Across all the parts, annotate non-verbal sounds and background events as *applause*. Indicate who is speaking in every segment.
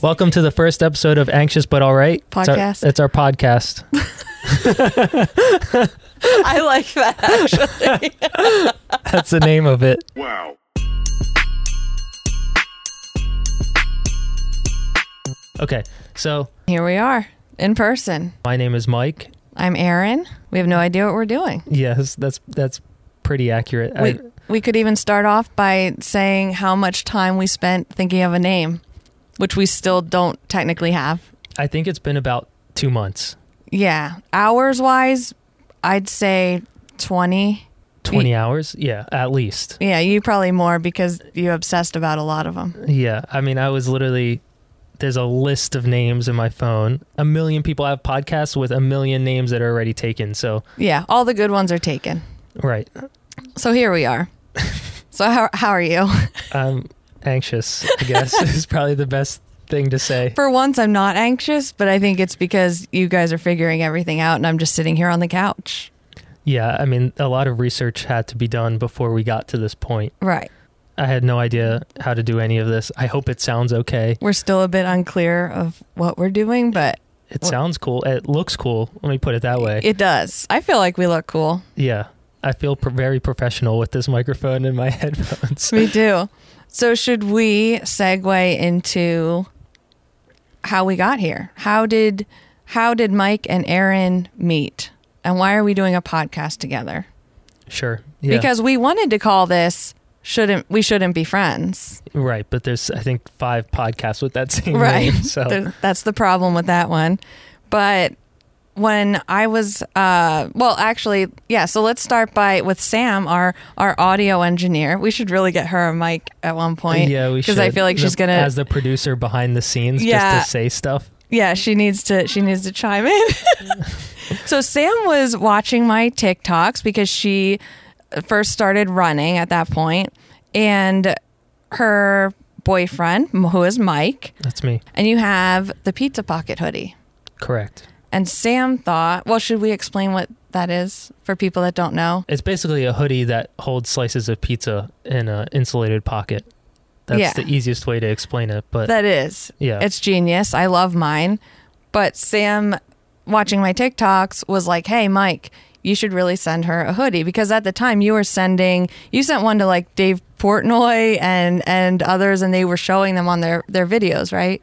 Speaker 1: Welcome to the first episode of Anxious But All Right It's
Speaker 2: Podcast.
Speaker 1: our, it's our podcast.
Speaker 2: I like that actually.
Speaker 1: That's the name of it.
Speaker 3: Wow.
Speaker 1: Okay, so
Speaker 2: Here we are in person.
Speaker 1: my name is Mike.
Speaker 2: I'm Aaron. We have no idea what we're doing.
Speaker 1: Yes, that's that's pretty accurate. I-
Speaker 2: We we could even start off by saying how much time we spent thinking of a name, which we still don't technically have.
Speaker 1: I think it's been about two months,
Speaker 2: Yeah, hours wise, I'd say 20.
Speaker 1: twenty hours. Yeah, at least.
Speaker 2: Yeah, you probably more because you obsessed about a lot of them.
Speaker 1: Yeah, I mean, I was literally there's a list of names in my phone. A million people have podcasts with a million names that are already taken. So
Speaker 2: Yeah, all the good ones are taken.
Speaker 1: right,
Speaker 2: So here we *laughs* are. So how how are you?
Speaker 1: I'm anxious. I guess *laughs* is probably the best thing to say.
Speaker 2: For once, I'm not anxious, but I think it's because you guys are figuring everything out and I'm just sitting here on the couch.
Speaker 1: Yeah, I mean, a lot of research had to be done before we got to this point.
Speaker 2: Right.
Speaker 1: I had no idea how to do any of this. I hope it sounds okay.
Speaker 2: We're still a bit unclear of what we're doing, but
Speaker 1: It
Speaker 2: Well-
Speaker 1: sounds cool. It looks cool. Let me put it that way.
Speaker 2: it does. I feel like we
Speaker 1: *laughs*
Speaker 2: look cool.
Speaker 1: yeah. I feel pr- very professional with this microphone and my *laughs* headphones.
Speaker 2: We do. So, should we segue into how we got here? How did how did Mike and Aaron meet? And why are we doing a podcast together?
Speaker 1: Sure. Yeah.
Speaker 2: Because we wanted to call this shouldn't we shouldn't be friends.
Speaker 1: right, but there's I think 5 podcasts with that *laughs* same
Speaker 2: right *laughs*
Speaker 1: name. So
Speaker 2: There- that's the problem with that one but when i was uh well actually yeah so let's start by with sam our our audio engineer we should really get her a mic at one point
Speaker 1: yeah, we should.
Speaker 2: because i feel like
Speaker 1: The-
Speaker 2: she's gonna
Speaker 1: as the producer behind the scenes
Speaker 2: Yeah.
Speaker 1: just to say stuff.
Speaker 2: yeah she needs to she needs to chime in *laughs* so sam was watching my tiktoks because she first started running at that point and her boyfriend who is mike
Speaker 1: That's me.
Speaker 2: and you have the pizza pocket hoodie
Speaker 1: Correct.
Speaker 2: And Sam thought, well, should we explain what that is for people that don't know?
Speaker 1: It's basically a hoodie that holds slices of pizza in an insulated pocket. That's
Speaker 2: Yeah.
Speaker 1: the easiest way to explain it. But
Speaker 2: That is,
Speaker 1: yeah,
Speaker 2: it's genius. I love mine. But Sam, watching my TikToks, was like, hey, Mike, you should really send her a hoodie because at the time you were sending, you sent one to like Dave Portnoy and and others, and they were showing them on their their videos, right?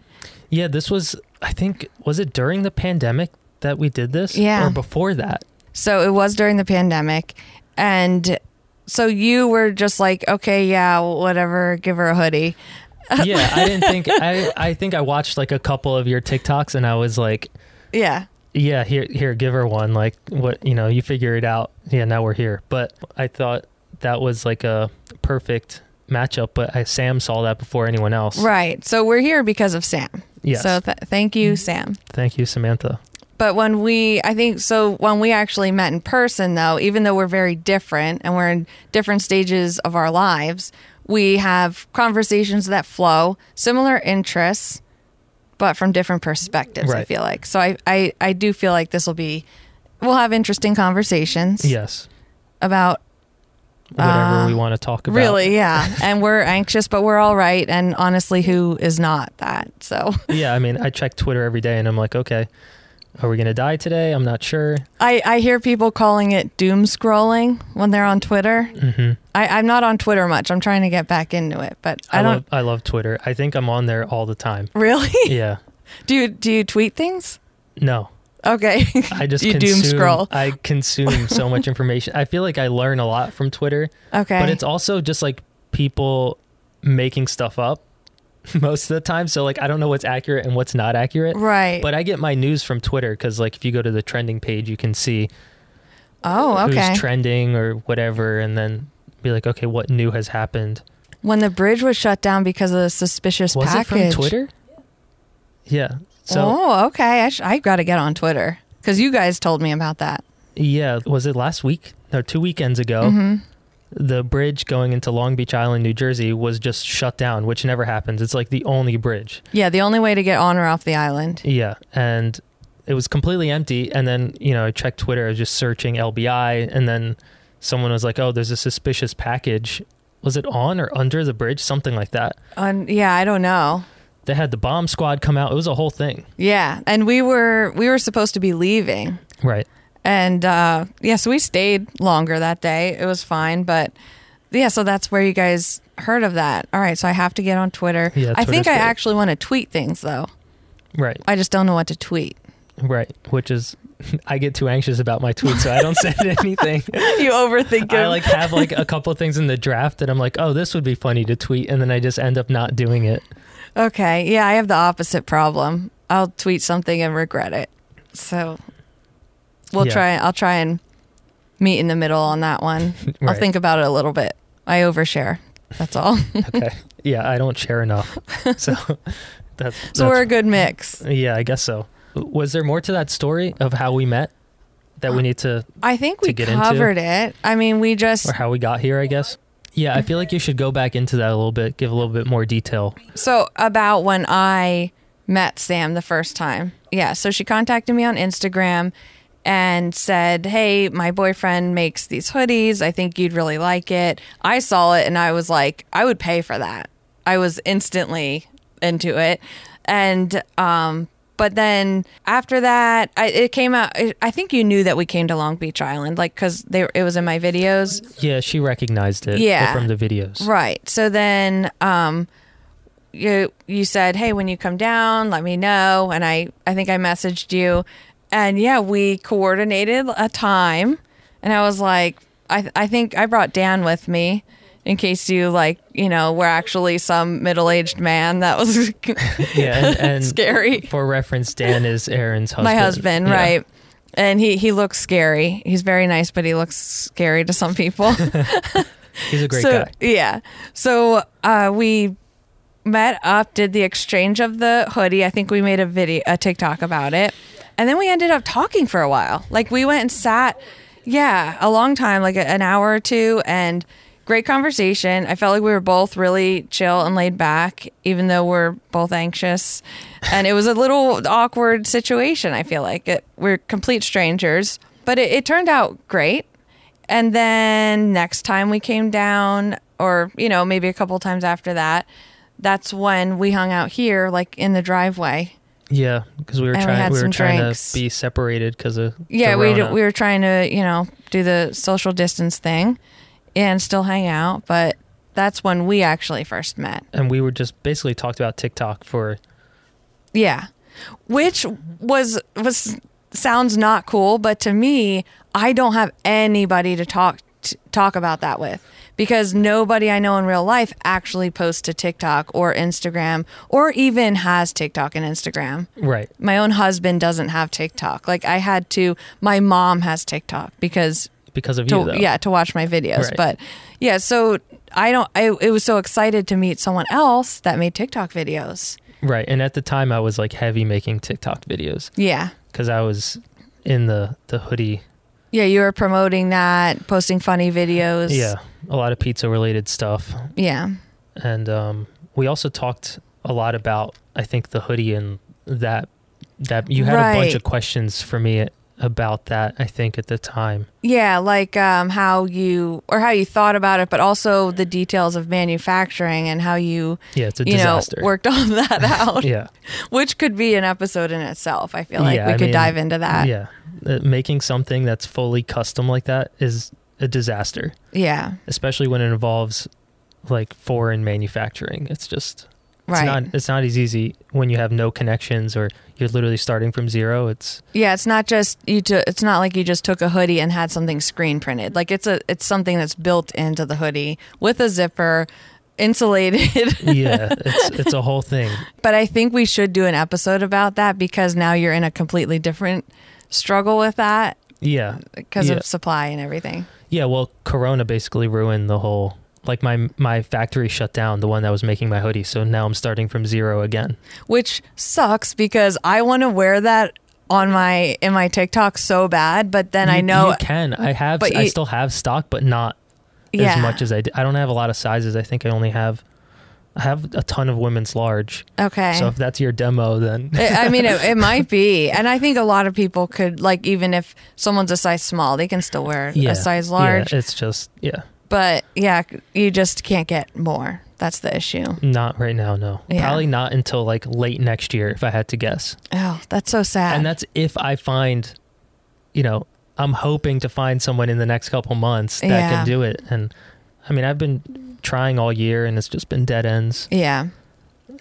Speaker 1: yeah. This was, I think, was it during the pandemic that we did this?
Speaker 2: Yeah.
Speaker 1: or before
Speaker 2: *laughs*
Speaker 1: that?
Speaker 2: So it was during the pandemic. And so you were just like, okay, yeah, whatever, give her a hoodie.
Speaker 1: Yeah, I didn't think. I I think I watched like a couple of your TikToks and I was like,
Speaker 2: Yeah.
Speaker 1: yeah, here here, give her one. Like what you know, you figure it out. Yeah, now we're here. But I thought that was like a perfect matchup. But I, Sam saw that before anyone else.
Speaker 2: Right. So we're here because of Sam.
Speaker 1: Yes. Mm-hmm.
Speaker 2: So th- thank you, Sam.
Speaker 1: Thank you, Samantha.
Speaker 2: But when we, I think, so when we actually met in person, though, even though we're very different and we're in different stages of our lives, we have conversations that flow, similar interests, but from different perspectives, I
Speaker 1: Right.
Speaker 2: feel like. So I, I, I do feel like this will be, we'll have interesting conversations
Speaker 1: Yes.
Speaker 2: about
Speaker 1: Whatever we want to talk about.
Speaker 2: Uh, really, yeah. and we're anxious, but we're all right. And honestly, who is not that? So.
Speaker 1: *laughs* yeah, I mean, I check Twitter every day and I'm like, okay, are we going to die today? I'm not sure.
Speaker 2: I, I hear people calling it doom scrolling when they're on Twitter.
Speaker 1: Mm-hmm.
Speaker 2: I, I'm not on Twitter much. I'm trying to get back into it, but I, don't
Speaker 1: Love, I love Twitter. I think I'm on there all the time.
Speaker 2: *laughs* really.
Speaker 1: Yeah.
Speaker 2: Do you do you tweet things?
Speaker 1: No,
Speaker 2: Okay,
Speaker 1: *laughs* I just
Speaker 2: You doom
Speaker 1: consume,
Speaker 2: scroll.
Speaker 1: I consume
Speaker 2: *laughs*
Speaker 1: so much information. I feel like I learn a lot from Twitter,
Speaker 2: okay.
Speaker 1: but it's also just like people making stuff up *laughs* most of the time. So like, I don't know what's accurate and what's not accurate.
Speaker 2: right.
Speaker 1: But I get my news from Twitter because like if you go to the trending page, you can see
Speaker 2: oh, okay.
Speaker 1: who's trending or whatever, and then be like, okay, what new has happened.
Speaker 2: when the bridge was shut down because of the suspicious
Speaker 1: Was
Speaker 2: package.
Speaker 1: it from Twitter? Yeah. So
Speaker 2: oh, okay. I, sh- I got to get on Twitter because you guys told me about that.
Speaker 1: yeah, was it last week? No, two weekends ago.
Speaker 2: Mm-hmm.
Speaker 1: The bridge going into Long Beach Island, New Jersey, was just shut down, which never happens. It's like the only bridge.
Speaker 2: Yeah, the only way to get on or off the island.
Speaker 1: Yeah, and it was completely empty. And then you know, I checked Twitter. I was just searching LBI, and then someone was like, "Oh, there's a suspicious package." Was it on or under the bridge? Something like that.
Speaker 2: On yeah, I don't know.
Speaker 1: They had the bomb squad come out. It was a whole thing.
Speaker 2: Yeah, and we were we were supposed to be leaving,
Speaker 1: Right.
Speaker 2: and uh, yeah, so we stayed longer that day. It was fine, but yeah, so that's where you guys heard of that. All right, so I have to get on Twitter.
Speaker 1: Yeah,
Speaker 2: I think
Speaker 1: Twitter's
Speaker 2: I
Speaker 1: great.
Speaker 2: actually want to tweet things though.
Speaker 1: Right.
Speaker 2: I just don't know what to tweet. *laughs*
Speaker 1: Right. Which is *laughs* I get too anxious about my tweets, so I don't
Speaker 2: *laughs*
Speaker 1: send anything.
Speaker 2: you overthink
Speaker 1: I
Speaker 2: it.
Speaker 1: like have like a couple things in the draft that I'm like, oh, this would be funny to tweet, and then I just end up not doing it.
Speaker 2: okay, yeah, I have the opposite problem. I'll tweet something and regret it. So we'll
Speaker 1: Yeah.
Speaker 2: try. I'll try and meet in the middle on that one. I'll
Speaker 1: Right.
Speaker 2: think about it a little bit. I overshare. That's all. *laughs*
Speaker 1: Okay. yeah, I don't share enough. So *laughs* that's
Speaker 2: So we're a good mix.
Speaker 1: that's- yeah, I guess so. Was there more to that story of how we met that
Speaker 2: Uh,
Speaker 1: we need to
Speaker 2: I think we
Speaker 1: To get into?
Speaker 2: covered it. I mean, we just
Speaker 1: or how we got here, I guess? Yeah, I feel like you should go back into that a little bit, give a little bit more detail.
Speaker 2: so about when I met Sam the first time. Yeah, so she contacted me on Instagram and said, "Hey, my boyfriend makes these hoodies. I think you'd really like it." I saw it and I was like, "I would pay for that." I was instantly into it. And um but then after that, I, it came out. I I think you knew that we came to Long Beach Island, like because it was in my videos.
Speaker 1: Yeah, she recognized it
Speaker 2: Yeah.
Speaker 1: from the videos.
Speaker 2: Right. So then um you you said, "Hey, when you come down, let me know." And I I think I messaged you and yeah, we coordinated a time and I was like, I I think I brought Dan with me in case you like, you know, were actually some middle-aged man that was *laughs*
Speaker 1: Yeah, and, and *laughs*
Speaker 2: scary.
Speaker 1: for reference, Dan is Aaron's husband.
Speaker 2: My husband,
Speaker 1: Yeah.
Speaker 2: right. And he, he looks scary. He's very nice, but he looks scary to some people.
Speaker 1: He's a great
Speaker 2: so,
Speaker 1: guy.
Speaker 2: Yeah. So uh, we met up, did the exchange of the hoodie. I think we made a video, a TikTok about it, and then we ended up talking for a while. Like we went and sat, yeah, a long time, like a- an hour or two, and great conversation. I felt like we were both really chill and laid back, even though we're both anxious, and it was a little awkward situation. I feel like it, we're complete strangers, but it, it turned out great. And then next time we came down, or you know, maybe a couple times after that, that's when we hung out here, like in the driveway.
Speaker 1: Yeah, because we were
Speaker 2: And we
Speaker 1: trying
Speaker 2: had
Speaker 1: we, were
Speaker 2: some
Speaker 1: trying
Speaker 2: drinks.
Speaker 1: to be separated because of
Speaker 2: Yeah,
Speaker 1: the
Speaker 2: we
Speaker 1: Rona.
Speaker 2: we were trying to you know do the social distance thing, and still hang out. But that's when we actually first met.
Speaker 1: and we were just basically talked about TikTok for
Speaker 2: Yeah, which was was sounds not cool, but to me, I don't have anybody to talk to, talk about that with because nobody I know in real life actually posts to TikTok or Instagram or even has TikTok and Instagram.
Speaker 1: right.
Speaker 2: My own husband doesn't have TikTok. Like I had to. My mom has TikTok because
Speaker 1: because of
Speaker 2: to
Speaker 1: you though.
Speaker 2: yeah to watch my videos
Speaker 1: Right.
Speaker 2: but yeah so i don't I, it was so excited to meet someone else that made tiktok videos
Speaker 1: Right. And at the time I was like heavy making TikTok videos
Speaker 2: yeah
Speaker 1: cuz I was in the the hoodie.
Speaker 2: Yeah, you were promoting that, posting funny videos.
Speaker 1: Yeah. A lot of pizza related stuff.
Speaker 2: Yeah.
Speaker 1: And um we also talked a lot about I think the hoodie and that that you had a bunch
Speaker 2: Right.
Speaker 1: of questions for me about that I think at the time.
Speaker 2: Yeah, like um, how you or how you thought about it, but also the details of manufacturing and how you,
Speaker 1: Yeah, it's a
Speaker 2: you
Speaker 1: disaster.
Speaker 2: know, worked all
Speaker 1: *laughs*
Speaker 2: that out,
Speaker 1: yeah.
Speaker 2: which could be an episode in itself. I feel like
Speaker 1: Yeah,
Speaker 2: we
Speaker 1: I
Speaker 2: could
Speaker 1: mean,
Speaker 2: dive into that.
Speaker 1: yeah. Uh, making something that's fully custom like that is a disaster.
Speaker 2: Yeah,
Speaker 1: especially when it involves like foreign manufacturing. It's just it's
Speaker 2: right.
Speaker 1: not it's not as easy when you have no connections or you're literally starting from zero. It's
Speaker 2: yeah, it's not just you. T- it's not like you just took a hoodie and had something screen printed. Like it's a it's something that's built into the hoodie with a zipper, insulated.
Speaker 1: yeah,
Speaker 2: *laughs*
Speaker 1: it's it's a whole thing.
Speaker 2: But I think we should do an episode about that because now you're in a completely different struggle with that
Speaker 1: Yeah.
Speaker 2: because
Speaker 1: Yeah.
Speaker 2: of supply and everything.
Speaker 1: Yeah, well, corona basically ruined the whole like my my factory shut down, the one that was making my hoodie. So now I'm starting from zero again.
Speaker 2: Which sucks because I want to wear that on my in my TikTok so bad, but then I
Speaker 1: You-
Speaker 2: know
Speaker 1: you can. I have
Speaker 2: but
Speaker 1: I
Speaker 2: you-
Speaker 1: still have stock, but not
Speaker 2: yeah.
Speaker 1: as much as I did. I don't have a lot of sizes. I think I only have I have a ton of women's large.
Speaker 2: okay.
Speaker 1: So if that's your demo then *laughs*
Speaker 2: I I mean, it, it might be, and I think a lot of people could like even if someone's a size small, they can still wear a size large.
Speaker 1: Yeah, it's just yeah.
Speaker 2: but yeah, you just can't get more. That's the issue.
Speaker 1: Not right now, no.
Speaker 2: Yeah.
Speaker 1: Probably not until like late next year, if I had to guess.
Speaker 2: Oh, that's so sad.
Speaker 1: And that's if I find, you know, I'm hoping to find someone in the next couple months that
Speaker 2: Yeah.
Speaker 1: can do it. And I mean, I've been trying all year and it's just been dead ends.
Speaker 2: yeah.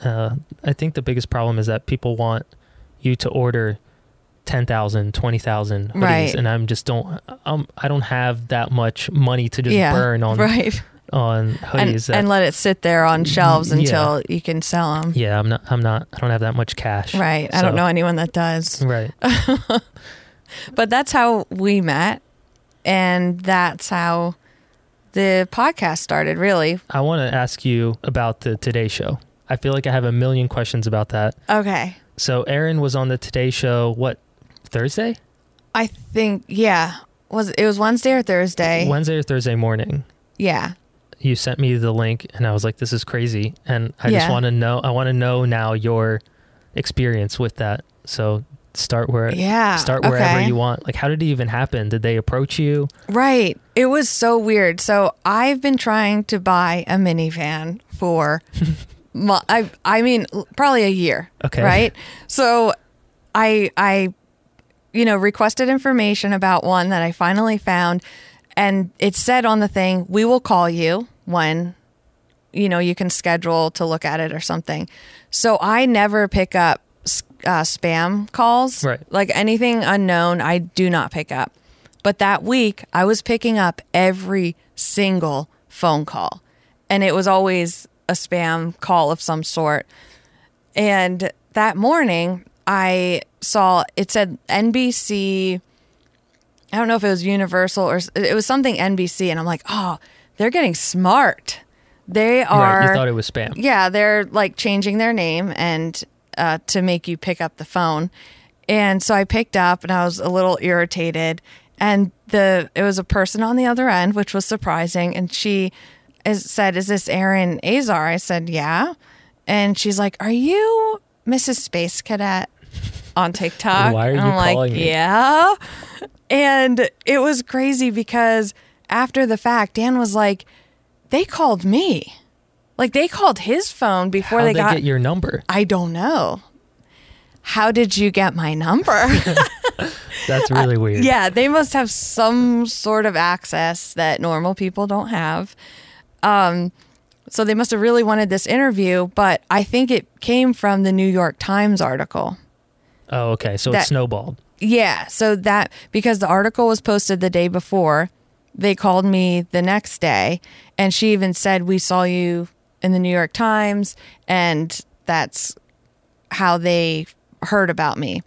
Speaker 1: Uh, I think the biggest problem is that people want you to order 10,000, 20,000 hoodies,
Speaker 2: Right.
Speaker 1: and I'm just don't I'm, I don't have that much money to just
Speaker 2: yeah.
Speaker 1: burn on
Speaker 2: *laughs* right.
Speaker 1: on
Speaker 2: And,
Speaker 1: hoodies. Oh, that, Mm,
Speaker 2: and let it sit there on shelves
Speaker 1: Yeah.
Speaker 2: until you can sell them.
Speaker 1: yeah, I'm not I'm not I don't have that much cash.
Speaker 2: Right. I don't
Speaker 1: So- Hmm.
Speaker 2: know anyone that does.
Speaker 1: Right.
Speaker 2: *laughs* But that's how we met. And that's how the podcast started, really.
Speaker 1: I want to ask you about the Today Show. I feel like I have a million questions about that.
Speaker 2: Okay.
Speaker 1: So, Aaron was on the Today Show, what, Thursday?
Speaker 2: I think, yeah. Was It was Wednesday or Thursday.
Speaker 1: Wednesday or Thursday morning.
Speaker 2: yeah.
Speaker 1: You sent me the link, and I was like, this is crazy. And I
Speaker 2: Yeah.
Speaker 1: just want to know, I want to know now your experience with that. So, start where.
Speaker 2: Yeah.
Speaker 1: Start wherever
Speaker 2: okay.
Speaker 1: you want. Like, how did it even happen? Did they approach you?
Speaker 2: Right. It was so weird. So I've been trying to buy a minivan
Speaker 1: *laughs*
Speaker 2: for, mo- I I mean l- probably a year.
Speaker 1: Okay.
Speaker 2: Right. So, I I, you know, requested information about one that I finally found, and it said on the thing, "We will call you when." You know, you can schedule to look at it or something. So I never pick up s- uh, spam calls.
Speaker 1: Right.
Speaker 2: Like anything unknown, I do not pick up. But that week, I was picking up every single phone call, and it was always a spam call of some sort. And that morning, I saw it said NBC. I don't know if it was Universal or s- it was something NBC, and I'm like, oh, they're getting smart. They are.
Speaker 1: right. You thought it was spam.
Speaker 2: Yeah, they're like changing their name and uh, to make you pick up the phone. And so I picked up and I was a little irritated. And the it was a person on the other end, which was surprising. And she is, said, "Is this Erin Azar?" I said, "Yeah." And she's like, "Are you Mrs. Space Cadet on TikTok?"
Speaker 1: Why are
Speaker 2: And
Speaker 1: you
Speaker 2: I'm like,
Speaker 1: calling me?
Speaker 2: "Yeah." And it was crazy because after the fact, Dan was like, "They called me." Like they called his phone before
Speaker 1: How'd
Speaker 2: they,
Speaker 1: they,
Speaker 2: got.
Speaker 1: get your number?
Speaker 2: I don't know. How did you get
Speaker 1: *laughs*
Speaker 2: my number? *laughs*
Speaker 1: That's really weird.
Speaker 2: Uh, yeah, they must have some sort of access that normal people don't have. Um, so they must have really wanted this interview, but I think it came from the New York Times article.
Speaker 1: Oh, okay. So
Speaker 2: That-
Speaker 1: it snowballed.
Speaker 2: Yeah, so that because the article was posted the day before, they called me the next day and she even said we saw you in the New York Times and that's how they heard about me.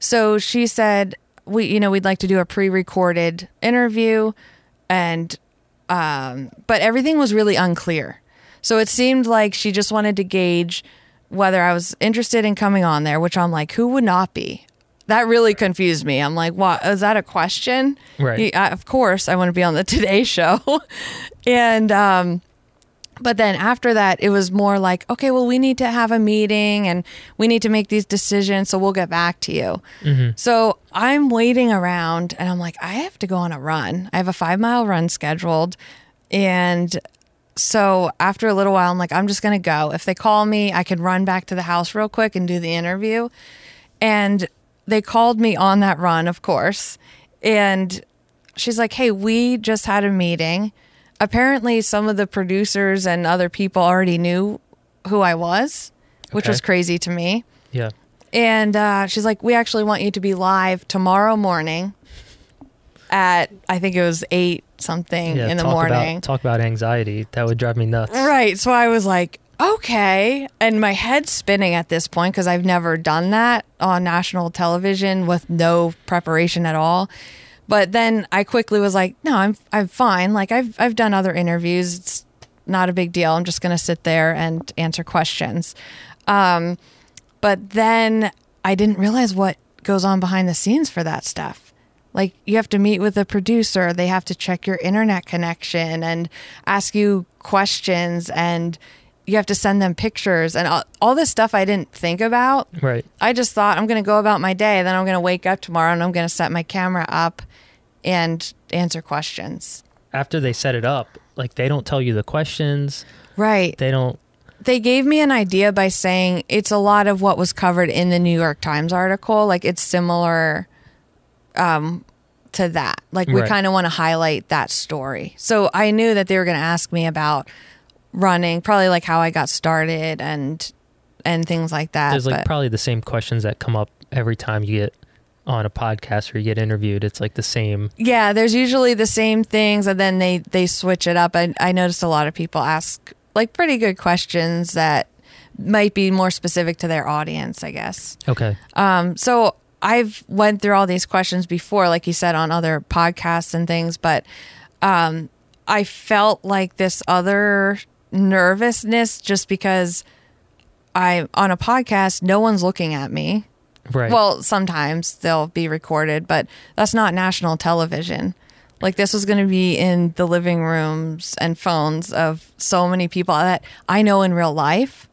Speaker 2: So she said we you know we'd like to do a pre-recorded interview and um but everything was really unclear. So it seemed like she just wanted to gauge whether I was interested in coming on there, which I'm like, who would not be? That really confused me. I'm like, what? Is that a question?
Speaker 1: Right.
Speaker 2: You- I, of course, I want to be on the *laughs* Today Show. and, um, but then after that, it was more like, okay, well, we need to have a meeting and we need to make these decisions. So we'll get back to you. So I'm waiting around and I'm like, I have to go on a run. I have a five mile run scheduled. And so after a little while, I'm like, I'm just going to go. If they call me, I can run back to the house real quick and do the interview. And they called me on that run, of course. And she's like, Hey, we just had a meeting. Apparently, some of the producers and other people already knew who I was, which
Speaker 1: Okay.
Speaker 2: was crazy to me.
Speaker 1: Yeah.
Speaker 2: And uh, she's like, we actually want you to be live tomorrow morning at, I think it was eight something in the
Speaker 1: talk
Speaker 2: morning.
Speaker 1: About, talk about anxiety. That would drive me nuts.
Speaker 2: Right. So I was like, okay. And my head's spinning at this point because I've never done that on national television with no preparation at all. But then I quickly was like, no, I'm I'm fine. Like I've I've done other interviews. It's not a big deal. I'm just gonna sit there and answer questions. Um, but then I didn't realize what goes on behind the scenes for that stuff. Like you have to meet with a producer, they have to check your internet connection and ask you questions and you have to send them pictures and all, all this stuff I didn't think about.
Speaker 1: Right.
Speaker 2: I just thought I'm going to go about my day, then I'm going to wake up tomorrow and I'm going to set my camera up and answer questions.
Speaker 1: After they set it up, like they don't tell you the questions.
Speaker 2: Right.
Speaker 1: They don't.
Speaker 2: They gave me an idea by saying it's a lot of what was covered in the New York Times article. Like it's similar um, to that. Like we
Speaker 1: Right.
Speaker 2: kind of want to highlight that story. So I knew that they were going to ask me about running, probably like how I got started and and things like that.
Speaker 1: There's like
Speaker 2: but-
Speaker 1: probably the same questions that come up every time you get on a podcast or you get interviewed. It's like the same.
Speaker 2: Yeah, there's usually the same things, and then they they switch it up. I I noticed a lot of people ask like pretty good questions that might be more specific to their audience, I guess.
Speaker 1: Okay.
Speaker 2: Um, so I've went through all these questions before, like you said, on other podcasts and things, but um, I felt like this other nervousness just because I on a podcast, no one's looking at me.
Speaker 1: Right.
Speaker 2: Well, sometimes they'll be recorded, but that's not national television. Like this was going to be in the living rooms and phones of so many people that I know in real life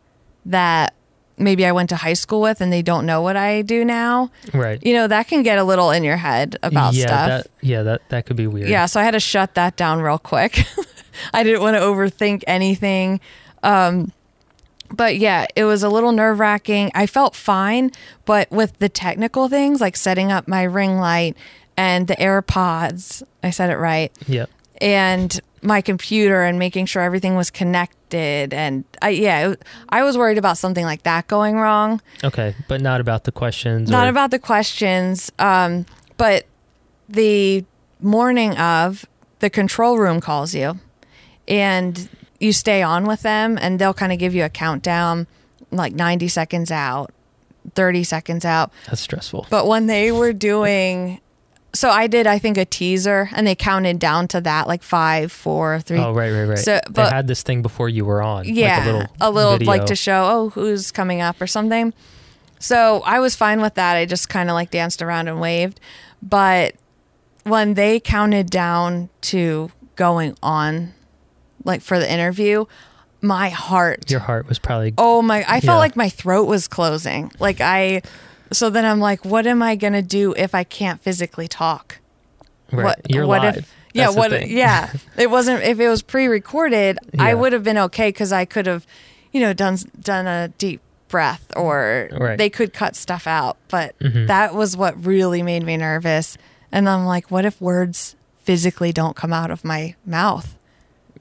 Speaker 2: that maybe I went to high school with and they don't know what I do now.
Speaker 1: right.
Speaker 2: You know, that can get a little in your head about
Speaker 1: yeah.
Speaker 2: stuff.
Speaker 1: That, yeah. That that could be weird.
Speaker 2: Yeah, so I had to shut that down real quick. *laughs* I didn't want to overthink anything. Um, but yeah, it was a little nerve wracking. I felt fine, but with the technical things like setting up my ring light and the AirPods, I said it right,
Speaker 1: Yeah.
Speaker 2: and my computer and making sure everything was connected. And I, yeah, it, I was worried about something like that going wrong
Speaker 1: Okay. But not about the questions.
Speaker 2: not
Speaker 1: or-
Speaker 2: about the questions um, but the morning of the control room calls you and you stay on with them and they'll kind of give you a countdown like 90 seconds out 30 seconds out
Speaker 1: That's stressful.
Speaker 2: but when they were doing so i did i think a teaser and they counted down to that like five four three
Speaker 1: Oh right, right, right.
Speaker 2: So,
Speaker 1: they
Speaker 2: but-
Speaker 1: had this thing before you were on.
Speaker 2: yeah,
Speaker 1: like a little,
Speaker 2: like
Speaker 1: video.
Speaker 2: to show oh who's coming up or something. So I was fine with that. I just kind of like danced around and waved, but when they counted down to going on, like for the interview, my heart.
Speaker 1: Your heart was probably.
Speaker 2: oh my! I felt
Speaker 1: Yeah.
Speaker 2: like my throat was closing. Like I, so then I'm like, what am I gonna do if I can't physically talk?
Speaker 1: right. You're live.
Speaker 2: If, yeah,
Speaker 1: That's the
Speaker 2: what?
Speaker 1: thing. *laughs*
Speaker 2: Yeah, it wasn't. If it was pre-recorded, I
Speaker 1: Yeah.
Speaker 2: would have been okay because I could have, you know, done done a deep breath or
Speaker 1: Right. Mm.
Speaker 2: they could cut stuff out. But
Speaker 1: Mm-hmm.
Speaker 2: that was what really made me nervous. And I'm like, what if words physically don't come out of my mouth?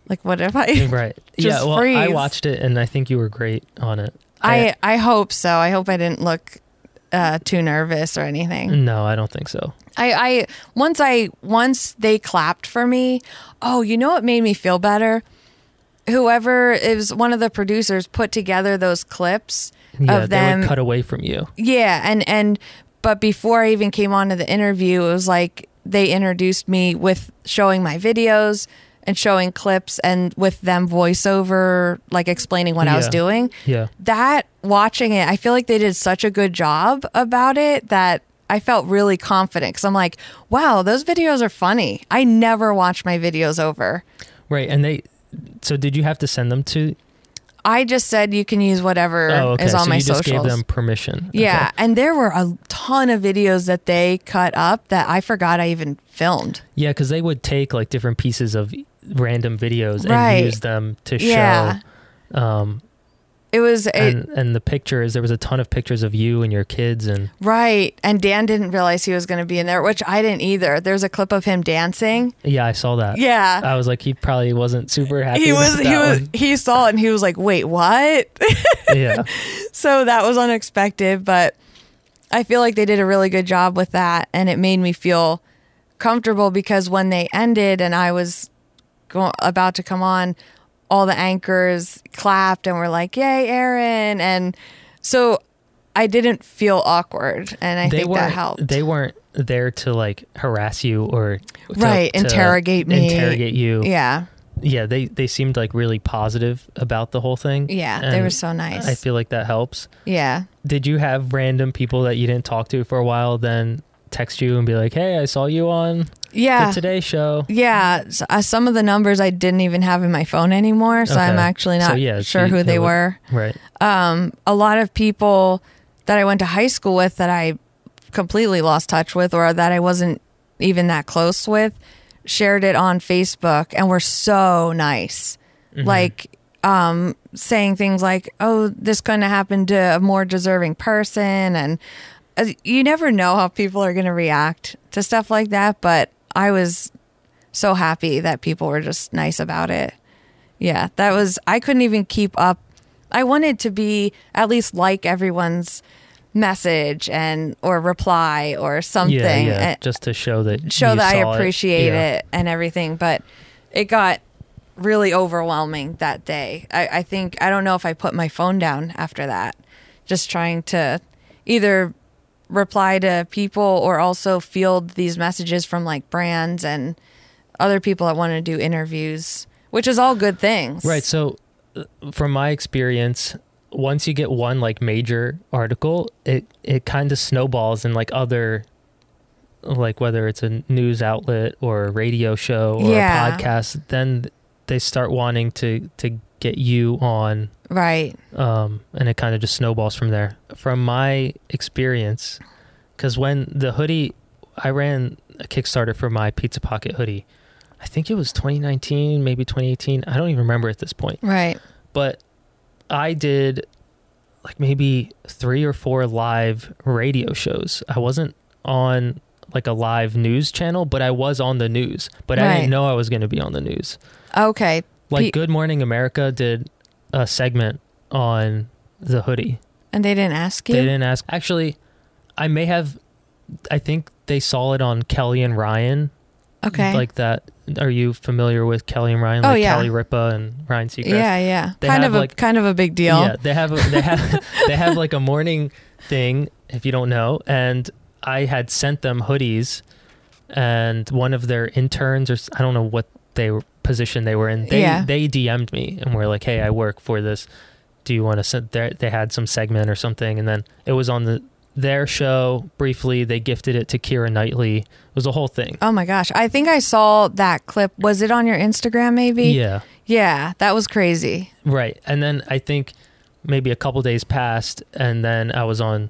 Speaker 2: Like, what if I?
Speaker 1: *laughs* Right.
Speaker 2: Just
Speaker 1: yeah. Well, I
Speaker 2: freeze.
Speaker 1: watched it, and I think you were great on it.
Speaker 2: I I hope so. I hope I didn't look uh, too nervous or anything.
Speaker 1: no, I don't think so.
Speaker 2: I, I once I once they clapped for me. Oh, you know what made me feel better? Whoever is one of the producers put together those clips
Speaker 1: Yeah,
Speaker 2: of
Speaker 1: they
Speaker 2: them.
Speaker 1: would cut away from you.
Speaker 2: yeah, and and but before I even came on to the interview, it was like they introduced me with showing my videos and showing clips and with them voiceover like explaining what I was
Speaker 1: Yeah.
Speaker 2: doing
Speaker 1: Yeah.
Speaker 2: that watching it, I feel like they did such a good job about it that I felt really confident because I'm like, wow, those videos are funny. I never watch my videos over.
Speaker 1: Right. And they. So did you have to send them to?
Speaker 2: I just said you can use whatever
Speaker 1: Oh, okay.
Speaker 2: is on
Speaker 1: so
Speaker 2: my
Speaker 1: you
Speaker 2: socials.
Speaker 1: just gave them permission.
Speaker 2: Yeah, and there were a ton of videos that they cut up that I forgot I even filmed.
Speaker 1: Okay. Yeah, because they would take like different pieces of random videos
Speaker 2: Right.
Speaker 1: and use them to show.
Speaker 2: Yeah.
Speaker 1: Um.
Speaker 2: It was a,
Speaker 1: And and the pictures. There was a ton of pictures of you and your kids and.
Speaker 2: right, and Dan didn't realize he was going to be in there, which I didn't either. There's a clip of him dancing.
Speaker 1: Yeah, I saw that.
Speaker 2: Yeah,
Speaker 1: I was like, he probably wasn't super happy.
Speaker 2: he was
Speaker 1: about
Speaker 2: he
Speaker 1: that
Speaker 2: was
Speaker 1: one. *laughs*
Speaker 2: he saw it and he was like, "Wait, what?" *laughs*
Speaker 1: yeah,
Speaker 2: so that was unexpected, but I feel like they did a really good job with that, and it made me feel comfortable because when they ended and I was go- about to come on, all the anchors clapped and were like, "Yay, Aaron!" and so I didn't feel awkward, and I
Speaker 1: they
Speaker 2: think
Speaker 1: weren't.
Speaker 2: that helped.
Speaker 1: They weren't there to like harass you or to-
Speaker 2: Right,
Speaker 1: to
Speaker 2: interrogate me.
Speaker 1: interrogate you. Yeah.
Speaker 2: yeah,
Speaker 1: they they seemed like really positive about the whole thing.
Speaker 2: yeah, they
Speaker 1: and
Speaker 2: were so nice.
Speaker 1: I feel like that helps.
Speaker 2: yeah,
Speaker 1: Did you have random people that you didn't talk to for a while then text you and be like, "Hey, I saw you on
Speaker 2: yeah.
Speaker 1: the Today Show."
Speaker 2: Yeah, s- uh, some of the numbers I didn't even have in my phone anymore, so I'm
Speaker 1: Okay.
Speaker 2: actually not
Speaker 1: So, yeah,
Speaker 2: sure
Speaker 1: you-
Speaker 2: who they
Speaker 1: it would-
Speaker 2: were. Um,
Speaker 1: Right.
Speaker 2: A lot of people that I went to high school with that I completely lost touch with or that I wasn't even that close
Speaker 1: Mm-hmm.
Speaker 2: with shared it on Facebook and were so nice. Like um, saying things like, "Oh, this couldn't happen to a more deserving person," and uh, you never know how people are going to react to stuff like that. But I was so happy that people were just nice about it. Yeah, that was. I couldn't even keep up. I wanted to be at least like everyone's message and or reply or something.
Speaker 1: Yeah, yeah.
Speaker 2: And-
Speaker 1: just to show that
Speaker 2: show
Speaker 1: you
Speaker 2: that
Speaker 1: saw
Speaker 2: I appreciate it.
Speaker 1: Yeah.
Speaker 2: and everything, but it got really overwhelming that day. I, I think I don't know if I put my phone down after that, just trying to either reply to people or also field these messages from like brands and other people that want to do interviews, which is all good things.
Speaker 1: Right. So, uh, from my experience, once you get one like major article, it it kind of snowballs in like other, like whether it's a news outlet or a radio show or
Speaker 2: Yeah.
Speaker 1: a podcast, then they start wanting to to get you on,
Speaker 2: Right.
Speaker 1: um, and it kind of just snowballs from there. From my experience, because when the hoodie, I ran a Kickstarter for my Pizza Pocket hoodie. I think it was 2019, maybe 2018. I don't even remember at this point
Speaker 2: Right.
Speaker 1: but I did like maybe three or four live radio shows. I wasn't on like a live news channel, but I was on the news. But I
Speaker 2: Right.
Speaker 1: didn't know I was going to be on the news.
Speaker 2: Okay.
Speaker 1: Like
Speaker 2: Pe-
Speaker 1: Good Morning America did a segment on the hoodie.
Speaker 2: And they didn't ask
Speaker 1: They
Speaker 2: you?
Speaker 1: didn't ask. Actually, I may have. I think they saw it on Kelly and Ryan.
Speaker 2: Okay.
Speaker 1: Like that. Are you familiar with Kelly and Ryan?
Speaker 2: Oh,
Speaker 1: Like
Speaker 2: yeah.
Speaker 1: Kelly Ripa and Ryan Seacrest.
Speaker 2: yeah, yeah.
Speaker 1: They
Speaker 2: Kind
Speaker 1: have,
Speaker 2: of a
Speaker 1: like-
Speaker 2: kind of a big deal.
Speaker 1: Yeah, they have a, they have they have like a morning thing if you don't know. And I had sent them hoodies, and one of their interns or s- I don't know what they were, position they were in. They
Speaker 2: Yeah.
Speaker 1: they DM'd me and were like, "Hey, I work for this. Do you want to send?" They they had some segment or something, and then it was on the their show briefly. They gifted it to Kira Knightley. It was a whole thing.
Speaker 2: Oh my gosh. I think I saw that clip. Was it on your Instagram maybe?
Speaker 1: Yeah.
Speaker 2: Yeah, that was crazy.
Speaker 1: Right. And then I think maybe a couple days passed and then I was on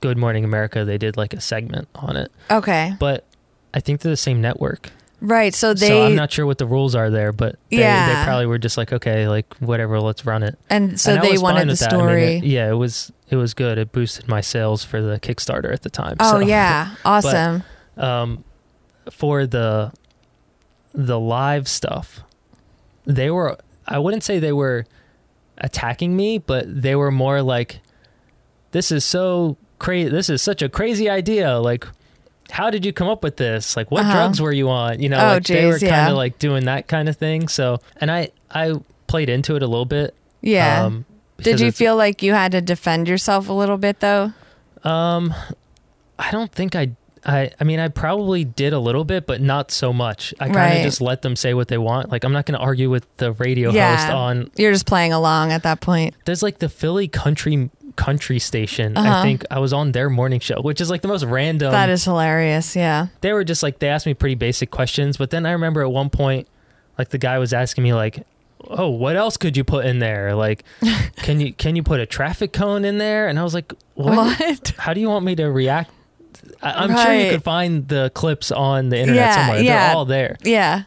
Speaker 1: Good Morning America. They did like a segment on it.
Speaker 2: Okay.
Speaker 1: But I think they're the same network.
Speaker 2: Right. So they
Speaker 1: so I'm not sure what the rules are there, but they,
Speaker 2: Yeah.
Speaker 1: they probably were just like, okay, like whatever, let's run it.
Speaker 2: and so
Speaker 1: And I
Speaker 2: they
Speaker 1: was fine
Speaker 2: wanted the
Speaker 1: with that. I mean,
Speaker 2: story.
Speaker 1: it- yeah, it was it was good. It boosted my sales for the Kickstarter at the time.
Speaker 2: oh
Speaker 1: so. *laughs*
Speaker 2: yeah. Awesome.
Speaker 1: um, for the the live stuff, they were I wouldn't say they were attacking me, but they were more like, "This is so crazy. This is such a crazy idea. Like, how did you come up with this? Like, what
Speaker 2: Uh-huh.
Speaker 1: drugs were you on? You know,
Speaker 2: Oh,
Speaker 1: like they were
Speaker 2: geez,
Speaker 1: kind of
Speaker 2: yeah.
Speaker 1: like doing that kind of thing. So, and I I played into it a little bit.
Speaker 2: yeah.
Speaker 1: Um,
Speaker 2: Did
Speaker 1: because
Speaker 2: you
Speaker 1: it's-
Speaker 2: feel like you had to defend yourself a little bit though?
Speaker 1: Um, I don't think I. I, I mean, I probably did a little bit, but not so much. I kind of
Speaker 2: Right.
Speaker 1: just let them say what they want. Like, I'm not going to argue with the radio
Speaker 2: Yeah.
Speaker 1: host on.
Speaker 2: You're just playing along at that point.
Speaker 1: There's like the Philly country country station.
Speaker 2: Uh-huh.
Speaker 1: I think I was on their morning show, which is like the most random.
Speaker 2: that is hilarious. Yeah.
Speaker 1: they were just like they asked me pretty basic questions, but then I remember at one point, like the guy was asking me like, "Oh, what else could you put in there?
Speaker 2: *laughs*
Speaker 1: Like, can you can you put a traffic cone in there?" And I was like,
Speaker 2: What?
Speaker 1: "What? how do you want me to react? I, I'm sure
Speaker 2: Right.
Speaker 1: you could find the clips on the internet
Speaker 2: Yeah,
Speaker 1: somewhere.
Speaker 2: yeah.
Speaker 1: They're all there.
Speaker 2: *laughs* yeah.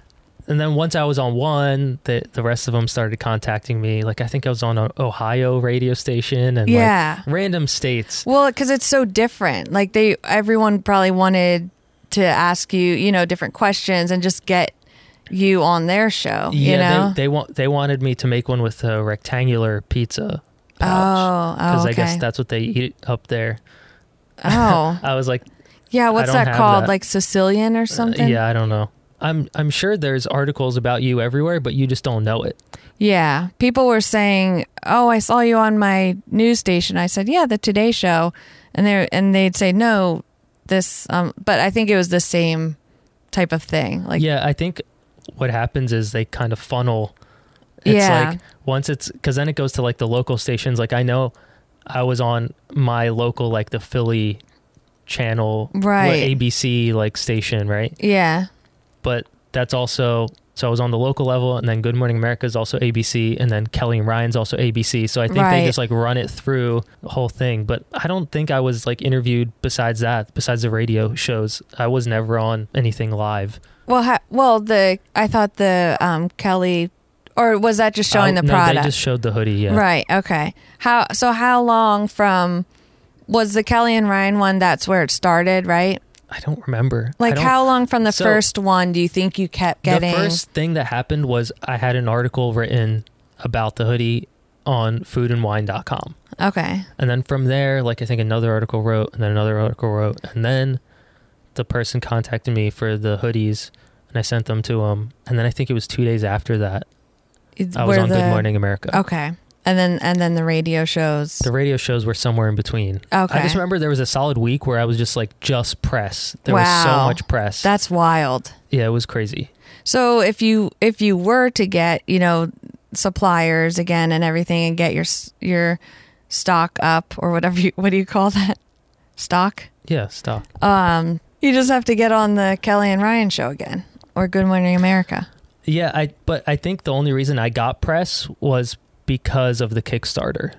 Speaker 1: And then once I was on one, the the rest of them started contacting me. Like I think I was on an Ohio radio station and
Speaker 2: Yeah.
Speaker 1: like random states.
Speaker 2: Well, because it's so different. Like they, everyone probably wanted to ask you, you know, different questions and just get you on their show. you
Speaker 1: yeah,
Speaker 2: know.
Speaker 1: they, they want they wanted me to make one with a rectangular pizza pouch
Speaker 2: oh. Oh.
Speaker 1: because
Speaker 2: Okay.
Speaker 1: I guess that's what they eat up there. *laughs*
Speaker 2: oh.
Speaker 1: I was like,
Speaker 2: Yeah, what's
Speaker 1: don't
Speaker 2: that
Speaker 1: have
Speaker 2: called?
Speaker 1: that. Uh,
Speaker 2: Like Sicilian or something?
Speaker 1: yeah, I don't know. I'm I'm sure there's articles about you everywhere, but you just don't know it.
Speaker 2: Yeah. People were saying, "Oh, I saw you on my news station." I said, "Yeah, the Today Show," and they and they'd say, "No, this." Um, but I think it was the same type of thing. Like,
Speaker 1: yeah i think what happens is they kind of funnel it's
Speaker 2: Yeah.
Speaker 1: like once it's because then it goes to like the local stations like i know i was on my local like the philly channel what,
Speaker 2: Right.
Speaker 1: abc like station right
Speaker 2: yeah,
Speaker 1: but that's also so i was on the local level and then good morning america is also abc and then kelly and ryan's also abc so i think
Speaker 2: Right.
Speaker 1: they just like run it through the whole thing but i don't think i was like interviewed besides that besides the radio shows i was never on anything live
Speaker 2: Well, ha- well, the I thought the um, Kelly or was that just showing
Speaker 1: Oh,
Speaker 2: the
Speaker 1: no,
Speaker 2: product?
Speaker 1: They just showed the hoodie. Yeah.
Speaker 2: Right. Okay. How so? How long from was the Kelly and Ryan one? That's where it started, right?
Speaker 1: I don't remember. I
Speaker 2: Like
Speaker 1: don't-
Speaker 2: how long from the
Speaker 1: So-
Speaker 2: first one do you think you kept getting?
Speaker 1: The first thing that happened was I had an article written about the hoodie on foodandwine.com.
Speaker 2: okay.
Speaker 1: And then from there, like I think another article wrote, and then another article wrote, and then the person contacted me for the hoodies, and I sent them to him. And then I think it was two days after that
Speaker 2: It's
Speaker 1: I was
Speaker 2: where
Speaker 1: on
Speaker 2: the-
Speaker 1: Good Morning America.
Speaker 2: Okay. And then and then the radio shows.
Speaker 1: The radio shows were somewhere in between.
Speaker 2: Okay.
Speaker 1: I just remember there was a solid week where I was just like just press. There was so
Speaker 2: Wow.
Speaker 1: much press.
Speaker 2: That's wild.
Speaker 1: yeah, it was crazy.
Speaker 2: So if you if you were to get you know suppliers again and everything and get your s- your stock up or whatever you what do you call that stock?
Speaker 1: Yeah, stop.
Speaker 2: Um, you just have to get on the Kelly and Ryan show again or Good Morning America.
Speaker 1: Yeah, I but I think the only reason I got press was because of the Kickstarter.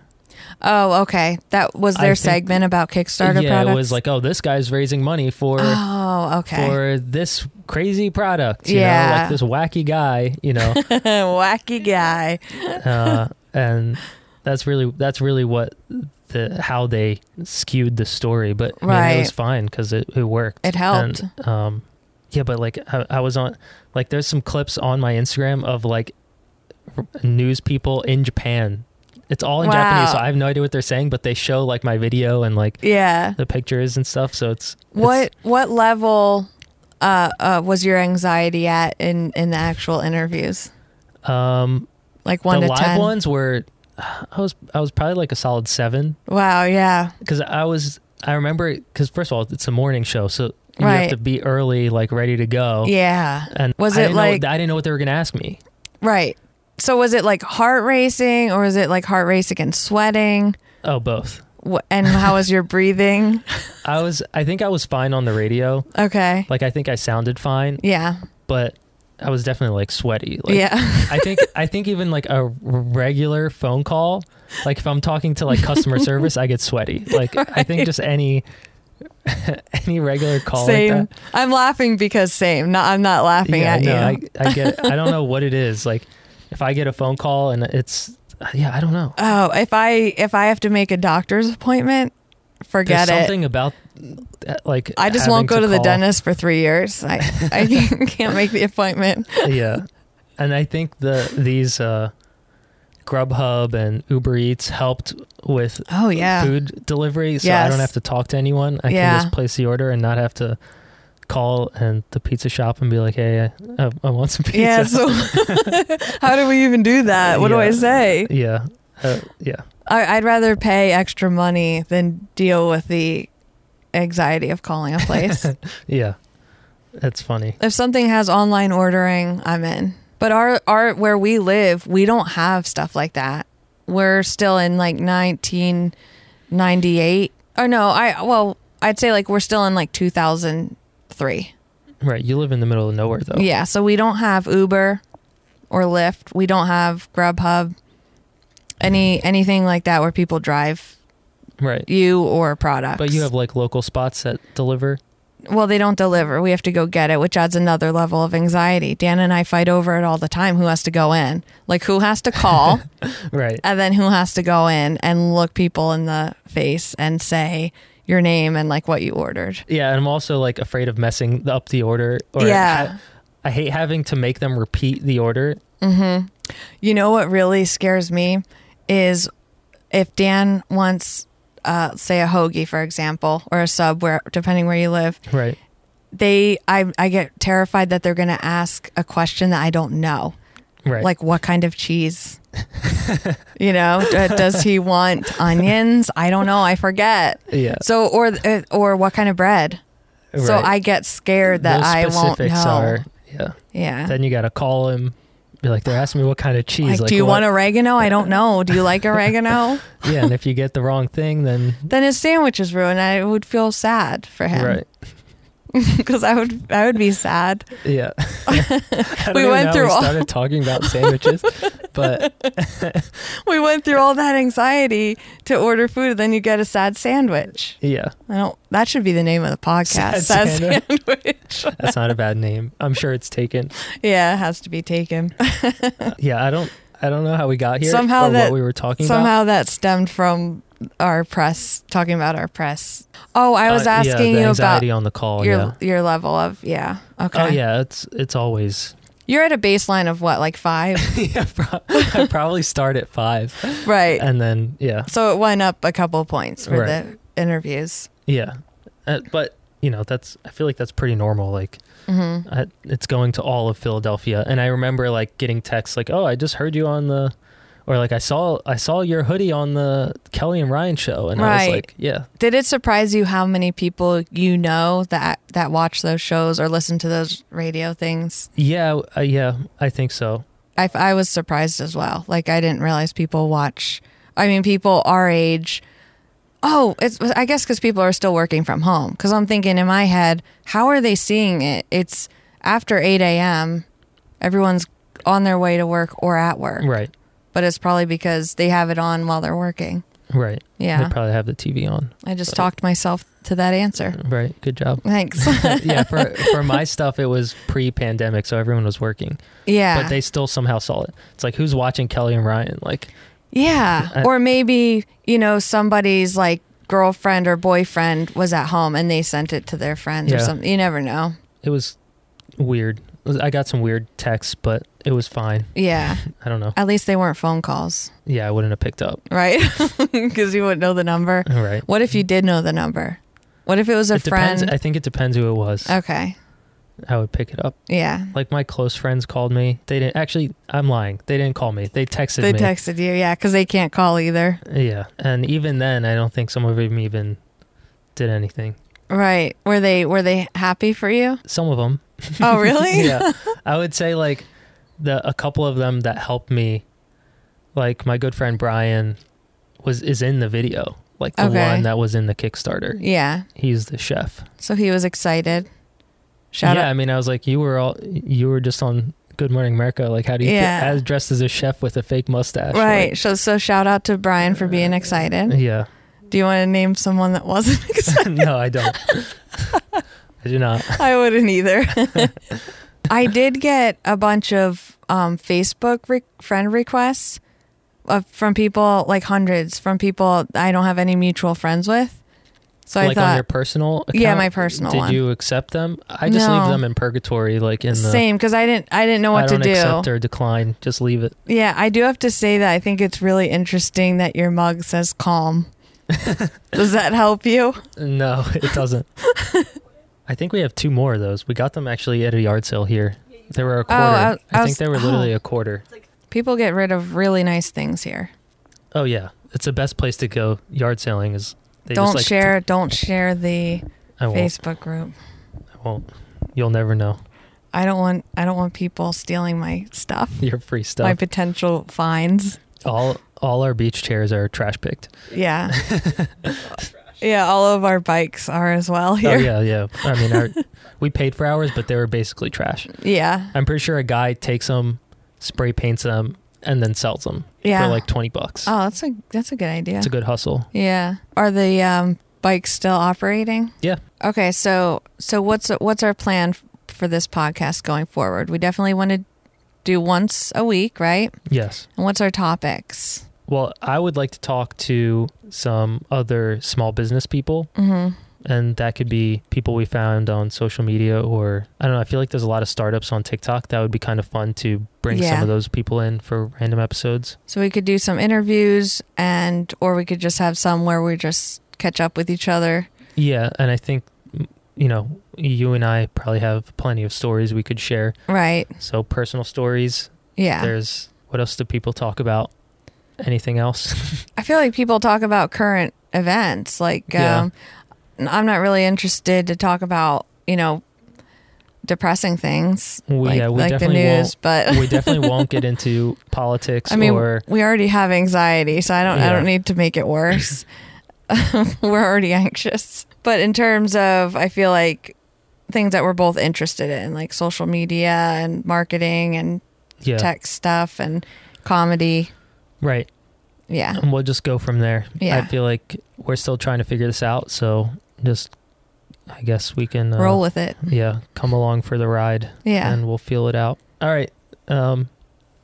Speaker 2: Oh, okay. That was
Speaker 1: I
Speaker 2: their
Speaker 1: think-
Speaker 2: segment about Kickstarter
Speaker 1: yeah,
Speaker 2: products.
Speaker 1: it was like, oh, this guy's raising money for
Speaker 2: oh, okay.
Speaker 1: for this crazy product, you know,
Speaker 2: Yeah.
Speaker 1: like this wacky guy, you know,
Speaker 2: *laughs* Wacky guy.
Speaker 1: uh, and that's really that's really what the how they skewed the story, but I mean, it
Speaker 2: Right.
Speaker 1: was fine because it, it worked.
Speaker 2: It helped.
Speaker 1: And, um, yeah, but like I, I was on like there's some clips on my Instagram of like r- news people in Japan. It's all in Japanese,
Speaker 2: Wow.
Speaker 1: so I have no idea what they're saying, but they show like my video and like
Speaker 2: Yeah.
Speaker 1: the pictures and stuff. So it's it's-
Speaker 2: What what level uh, uh, was your anxiety at in in the actual interviews?
Speaker 1: um
Speaker 2: Like one
Speaker 1: the
Speaker 2: to
Speaker 1: live
Speaker 2: ten.
Speaker 1: ones were i was i was probably like a solid seven
Speaker 2: Wow. Yeah.
Speaker 1: because i was i remember because first of all it's a morning show so you
Speaker 2: Right.
Speaker 1: have to be early like ready to go
Speaker 2: Yeah.
Speaker 1: and
Speaker 2: Was
Speaker 1: I
Speaker 2: it
Speaker 1: didn't know-
Speaker 2: like-
Speaker 1: i didn't know what they were gonna ask me
Speaker 2: Right. So was it like heart racing or was it like heart racing and sweating?
Speaker 1: oh both
Speaker 2: Wh- And how was
Speaker 1: *laughs*
Speaker 2: your breathing?
Speaker 1: i was i think i was fine on the radio
Speaker 2: Okay.
Speaker 1: like i think i sounded fine
Speaker 2: Yeah.
Speaker 1: but i was definitely like sweaty like
Speaker 2: yeah.
Speaker 1: I
Speaker 2: *laughs*
Speaker 1: think I think even like a regular phone call, like if I'm talking to like
Speaker 2: *laughs*
Speaker 1: customer service, I get sweaty. Like I think just any *laughs* any regular call like
Speaker 2: Same.
Speaker 1: that.
Speaker 2: I'm laughing because same. No, I'm not laughing
Speaker 1: yeah,
Speaker 2: at
Speaker 1: no,
Speaker 2: you.
Speaker 1: I, I get. I don't know what
Speaker 2: *laughs*
Speaker 1: it is. Like if I get a phone call and it's yeah, I don't know.
Speaker 2: Oh, if I if I have to make a doctor's appointment, forget
Speaker 1: There's
Speaker 2: it.
Speaker 1: something about that, like
Speaker 2: I just
Speaker 1: having
Speaker 2: won't go to, the
Speaker 1: call.
Speaker 2: dentist for three years. I, I can't- can't make the appointment.
Speaker 1: *laughs* yeah, and I think the these uh, Grubhub and Uber Eats helped with
Speaker 2: Oh yeah,
Speaker 1: food delivery, so I
Speaker 2: Yes.
Speaker 1: don't have to talk to anyone. I
Speaker 2: Yeah.
Speaker 1: can just place the order and not have to call and the pizza shop and be like, "Hey, I, I, I want some pizza."
Speaker 2: *laughs* yeah. So *laughs* how do we even do that? What do I
Speaker 1: Yeah.
Speaker 2: say?
Speaker 1: *laughs* yeah, uh, yeah.
Speaker 2: I, I'd rather pay extra money than deal with the anxiety of calling a place.
Speaker 1: Yeah. That's funny.
Speaker 2: if something has online ordering, I'm in. But our our where we live, we don't have stuff like that. We're still in like 1998. Or no, I well, I'd say like we're still in like 2003.
Speaker 1: Right, you live in the middle of nowhere though.
Speaker 2: Yeah, so we don't have Uber or Lyft. We don't have Grubhub. Any anything like that where people drive
Speaker 1: Right.
Speaker 2: you or products.
Speaker 1: But you have like local spots that deliver.
Speaker 2: Well, they don't deliver. We have to go get it, which adds another level of anxiety. Dan and I fight over it all the time who has to go in. Like who has
Speaker 1: *laughs*
Speaker 2: to call
Speaker 1: Right.
Speaker 2: and then who has to go in and look people in the face and say your name and like what you ordered.
Speaker 1: Yeah, and I'm also like afraid of messing up the order or
Speaker 2: Yeah.
Speaker 1: ha- I hate having to make them repeat the order.
Speaker 2: You know what really scares me is if Dan wants, uh, say, a hoagie, for example, or a sub, where depending where you live,
Speaker 1: Right.
Speaker 2: they I I get terrified that they're going to ask a question that I don't know,
Speaker 1: Right.
Speaker 2: like what kind of cheese. you know, d- does he want onions? I don't know. I forget.
Speaker 1: yeah.
Speaker 2: So, or uh, or what kind of bread? So
Speaker 1: right.
Speaker 2: I get scared that
Speaker 1: Those
Speaker 2: I won't
Speaker 1: specifics
Speaker 2: know.
Speaker 1: are- yeah.
Speaker 2: yeah.
Speaker 1: Then you got to call him. Be like, they're asking me what kind of cheese.
Speaker 2: like, do you
Speaker 1: what-
Speaker 2: want oregano? I don't know. Do
Speaker 1: *laughs*
Speaker 2: you like oregano?
Speaker 1: yeah, and if you
Speaker 2: *laughs*
Speaker 1: get the wrong thing, then
Speaker 2: then his sandwich is ruined. I would feel sad for him.
Speaker 1: right.
Speaker 2: because I would I would be sad. *laughs*
Speaker 1: Yeah. *laughs*
Speaker 2: We went through
Speaker 1: we
Speaker 2: all-
Speaker 1: started talking about sandwiches, but
Speaker 2: We went through all that anxiety to order food, and then you get a sad sandwich.
Speaker 1: yeah,
Speaker 2: I don't. That should be the name of the podcast.
Speaker 1: Sad
Speaker 2: Sad, sandwich. *laughs*
Speaker 1: that's not a bad name. I'm sure it's taken.
Speaker 2: yeah, it has to
Speaker 1: *laughs*
Speaker 2: be taken.
Speaker 1: Uh, yeah, I don't I don't know how we got here
Speaker 2: Somehow
Speaker 1: or
Speaker 2: that-
Speaker 1: what we were talking about.
Speaker 2: Somehow that stemmed from our press talking about our press. Oh, I was
Speaker 1: Uh, yeah,
Speaker 2: asking
Speaker 1: the
Speaker 2: you about
Speaker 1: anxiety on the call.
Speaker 2: your
Speaker 1: yeah.
Speaker 2: your level of yeah. Okay.
Speaker 1: Oh yeah, it's it's always. *laughs*
Speaker 2: You're at a baseline of what, like five,
Speaker 1: yeah, pro-
Speaker 2: *laughs*
Speaker 1: I probably start at five,
Speaker 2: right?
Speaker 1: and then yeah,
Speaker 2: So it went up a couple points for
Speaker 1: Right.
Speaker 2: the interviews.
Speaker 1: yeah. Uh, but you know, that's I feel like that's pretty normal. Like
Speaker 2: Mm-hmm.
Speaker 1: I, it's going to all of Philadelphia, and I remember like getting texts like, "Oh, I just heard you on the," or like I saw I saw your hoodie on the Kelly and Ryan show, and I was
Speaker 2: Right.
Speaker 1: like, "Yeah,
Speaker 2: Did it surprise you how many people you know that that watch those shows or listen to those radio things?
Speaker 1: yeah, uh, yeah, I think so."
Speaker 2: I, I was surprised as well. Like I didn't realize people watch. I mean, people our age. Oh, it's I guess because people are still working from home. Because I'm thinking in my head, how are they seeing it? It's after eight a.m. Everyone's on their way to work or at work,
Speaker 1: Right,
Speaker 2: but it's probably because they have it on while they're working.
Speaker 1: right.
Speaker 2: Yeah,
Speaker 1: They probably have the TV on.
Speaker 2: I just
Speaker 1: Right.
Speaker 2: talked myself to that answer.
Speaker 1: *laughs* Right, good
Speaker 2: *laughs*
Speaker 1: job.
Speaker 2: Thanks.
Speaker 1: yeah, for for my stuff, it was pre-pandemic, so everyone was working,
Speaker 2: yeah.
Speaker 1: but they still somehow saw it. It's like who's watching Kelly and Ryan? Like,
Speaker 2: yeah.
Speaker 1: I-
Speaker 2: or maybe, you know, somebody's like girlfriend or boyfriend was at home and they sent it to their friends or
Speaker 1: Yeah.
Speaker 2: something. You never know.
Speaker 1: it was weird. I got some weird texts, but it was fine.
Speaker 2: Yeah.
Speaker 1: I don't know.
Speaker 2: At least they weren't phone calls,
Speaker 1: Yeah, I wouldn't have picked
Speaker 2: *laughs*
Speaker 1: up.
Speaker 2: right? Because you wouldn't know the number.
Speaker 1: All right.
Speaker 2: What if you did know the number? What if it was a
Speaker 1: it
Speaker 2: friend? Oh.
Speaker 1: depends. I think it depends who it was.
Speaker 2: okay.
Speaker 1: I would pick it up.
Speaker 2: Yeah.
Speaker 1: Like my close friends called me. They didn't actually. I'm lying. They didn't call me. They texted
Speaker 2: They
Speaker 1: me.
Speaker 2: texted you. Yeah. Because they can't call either.
Speaker 1: yeah, and even then, I don't think some of them even did anything.
Speaker 2: Right. Were they were they happy for you?
Speaker 1: Some of them.
Speaker 2: Oh, *laughs*
Speaker 1: *laughs*
Speaker 2: really?
Speaker 1: yeah, I would say like the a couple of them that helped me. Like my good friend Brian was is in the video. Like the
Speaker 2: Okay.
Speaker 1: one that was in the Kickstarter.
Speaker 2: Yeah.
Speaker 1: He's the chef.
Speaker 2: So he was excited. Shout
Speaker 1: yeah,
Speaker 2: out.
Speaker 1: I mean, I was like, you were all, you were just on Good Morning America. Like, how do you
Speaker 2: Yeah.
Speaker 1: feel as dressed as a chef with a fake mustache?
Speaker 2: Right. So so shout out to Brian for being
Speaker 1: Like,
Speaker 2: excited.
Speaker 1: yeah. *laughs*
Speaker 2: Do you want to name someone that wasn't *laughs* excited?
Speaker 1: no, I don't. I do not.
Speaker 2: I wouldn't either. *laughs* I did get a bunch of um, Facebook re- friend requests of, from people, like hundreds from people I don't have any mutual friends with. So I
Speaker 1: like on your
Speaker 2: thought,
Speaker 1: personal account.
Speaker 2: Yeah, my personal
Speaker 1: Did
Speaker 2: one.
Speaker 1: you accept them? I just
Speaker 2: No.
Speaker 1: leave them in purgatory, like in the.
Speaker 2: same because I didn't, I didn't know
Speaker 1: I
Speaker 2: what to
Speaker 1: don't
Speaker 2: do.
Speaker 1: accept or decline. Just leave it.
Speaker 2: Yeah, I do have to say that I think it's really interesting that your mug
Speaker 1: *laughs*
Speaker 2: says calm. Does that help you?
Speaker 1: No, *laughs* it
Speaker 2: *laughs*
Speaker 1: doesn't. I think we have two more of those. We got them actually at a yard sale here. They were a quarter.
Speaker 2: Oh,
Speaker 1: I,
Speaker 2: I- I
Speaker 1: think
Speaker 2: was-
Speaker 1: they were
Speaker 2: oh.
Speaker 1: literally a quarter.
Speaker 2: People get rid of really nice things here.
Speaker 1: Oh yeah, it's the best place to go yard selling. Is they
Speaker 2: don't
Speaker 1: just, like,
Speaker 2: share. don't share the
Speaker 1: I won't.
Speaker 2: Facebook group.
Speaker 1: I won't. You'll never know *laughs*
Speaker 2: I don't want. I don't want people stealing my stuff.
Speaker 1: your free
Speaker 2: My
Speaker 1: stuff.
Speaker 2: potential finds.
Speaker 1: all all our beach chairs are trash picked. *laughs*
Speaker 2: Yeah. yeah. All of our bikes are as well
Speaker 1: Oh
Speaker 2: *laughs* here.
Speaker 1: yeah, yeah. I mean,
Speaker 2: *laughs*
Speaker 1: our, we paid for ours, but they were basically trash.
Speaker 2: yeah.
Speaker 1: I'm pretty sure a guy takes them, spray paints them, and then sells them
Speaker 2: Yeah.
Speaker 1: for like twenty bucks.
Speaker 2: oh, that's a that's a good idea.
Speaker 1: It's a good hustle.
Speaker 2: yeah. Are the um, bikes still operating?
Speaker 1: Yeah.
Speaker 2: Okay. So so what's what's our plan f- for this podcast going forward? We definitely want to do once a week, right?
Speaker 1: Yes.
Speaker 2: And what's our topics?
Speaker 1: Well, I would like to talk to some other small business people,
Speaker 2: Mm-hmm.
Speaker 1: and that could be people we found on social media, or I don't know. I feel like there's a lot of startups on TikTok. That would be kind of fun to bring
Speaker 2: Yeah.
Speaker 1: some of those people in for random episodes.
Speaker 2: So we could do some interviews and or we could just have some where we just catch up with each other.
Speaker 1: Yeah, and I think m- you know you and I probably have plenty of stories we could share.
Speaker 2: Right.
Speaker 1: So personal stories.
Speaker 2: Yeah.
Speaker 1: There's what else do people talk about? Anything else? *laughs*
Speaker 2: I feel like people talk about current events. Like
Speaker 1: Yeah.
Speaker 2: um I'm not really interested to talk about, you know, depressing things
Speaker 1: We-
Speaker 2: like,
Speaker 1: yeah, we
Speaker 2: like the
Speaker 1: definitely
Speaker 2: news, but
Speaker 1: we definitely
Speaker 2: *laughs*
Speaker 1: won't get into politics
Speaker 2: I mean,
Speaker 1: or
Speaker 2: we already have anxiety, so I don't I
Speaker 1: Yeah.
Speaker 2: don't need to make it *laughs* worse. We're already anxious. But in terms of I feel like things that we're both interested in, like social media and marketing and
Speaker 1: Yeah.
Speaker 2: tech stuff and comedy.
Speaker 1: Right.
Speaker 2: Yeah.
Speaker 1: And we'll just go from there.
Speaker 2: Yeah.
Speaker 1: I feel like we're still trying to figure this out, so just I guess we can uh,
Speaker 2: Roll with it.
Speaker 1: Yeah, come along for the ride
Speaker 2: Yeah.
Speaker 1: and we'll feel it out. All right. Um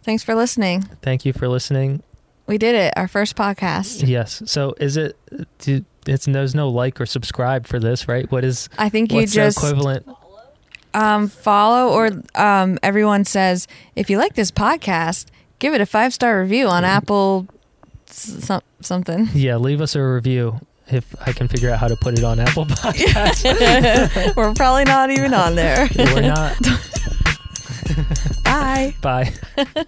Speaker 2: Thanks for listening.
Speaker 1: thank you for listening.
Speaker 2: We did it. Our first podcast.
Speaker 1: Yes. So is it do, it's there's no like or subscribe for this, right? What is
Speaker 2: I think you
Speaker 1: what's
Speaker 2: just
Speaker 1: the equivalent?
Speaker 2: um, follow or um, everyone says if you like this podcast, give it a five star review on
Speaker 1: Mm-hmm.
Speaker 2: Apple s- some, something. *laughs*
Speaker 1: Yeah, leave us a review if I can figure out how to put it on
Speaker 2: *laughs*
Speaker 1: Apple Podcasts. *laughs*
Speaker 2: We're probably *laughs* not even on there.
Speaker 1: We're not.
Speaker 2: *laughs* Bye.
Speaker 1: Bye.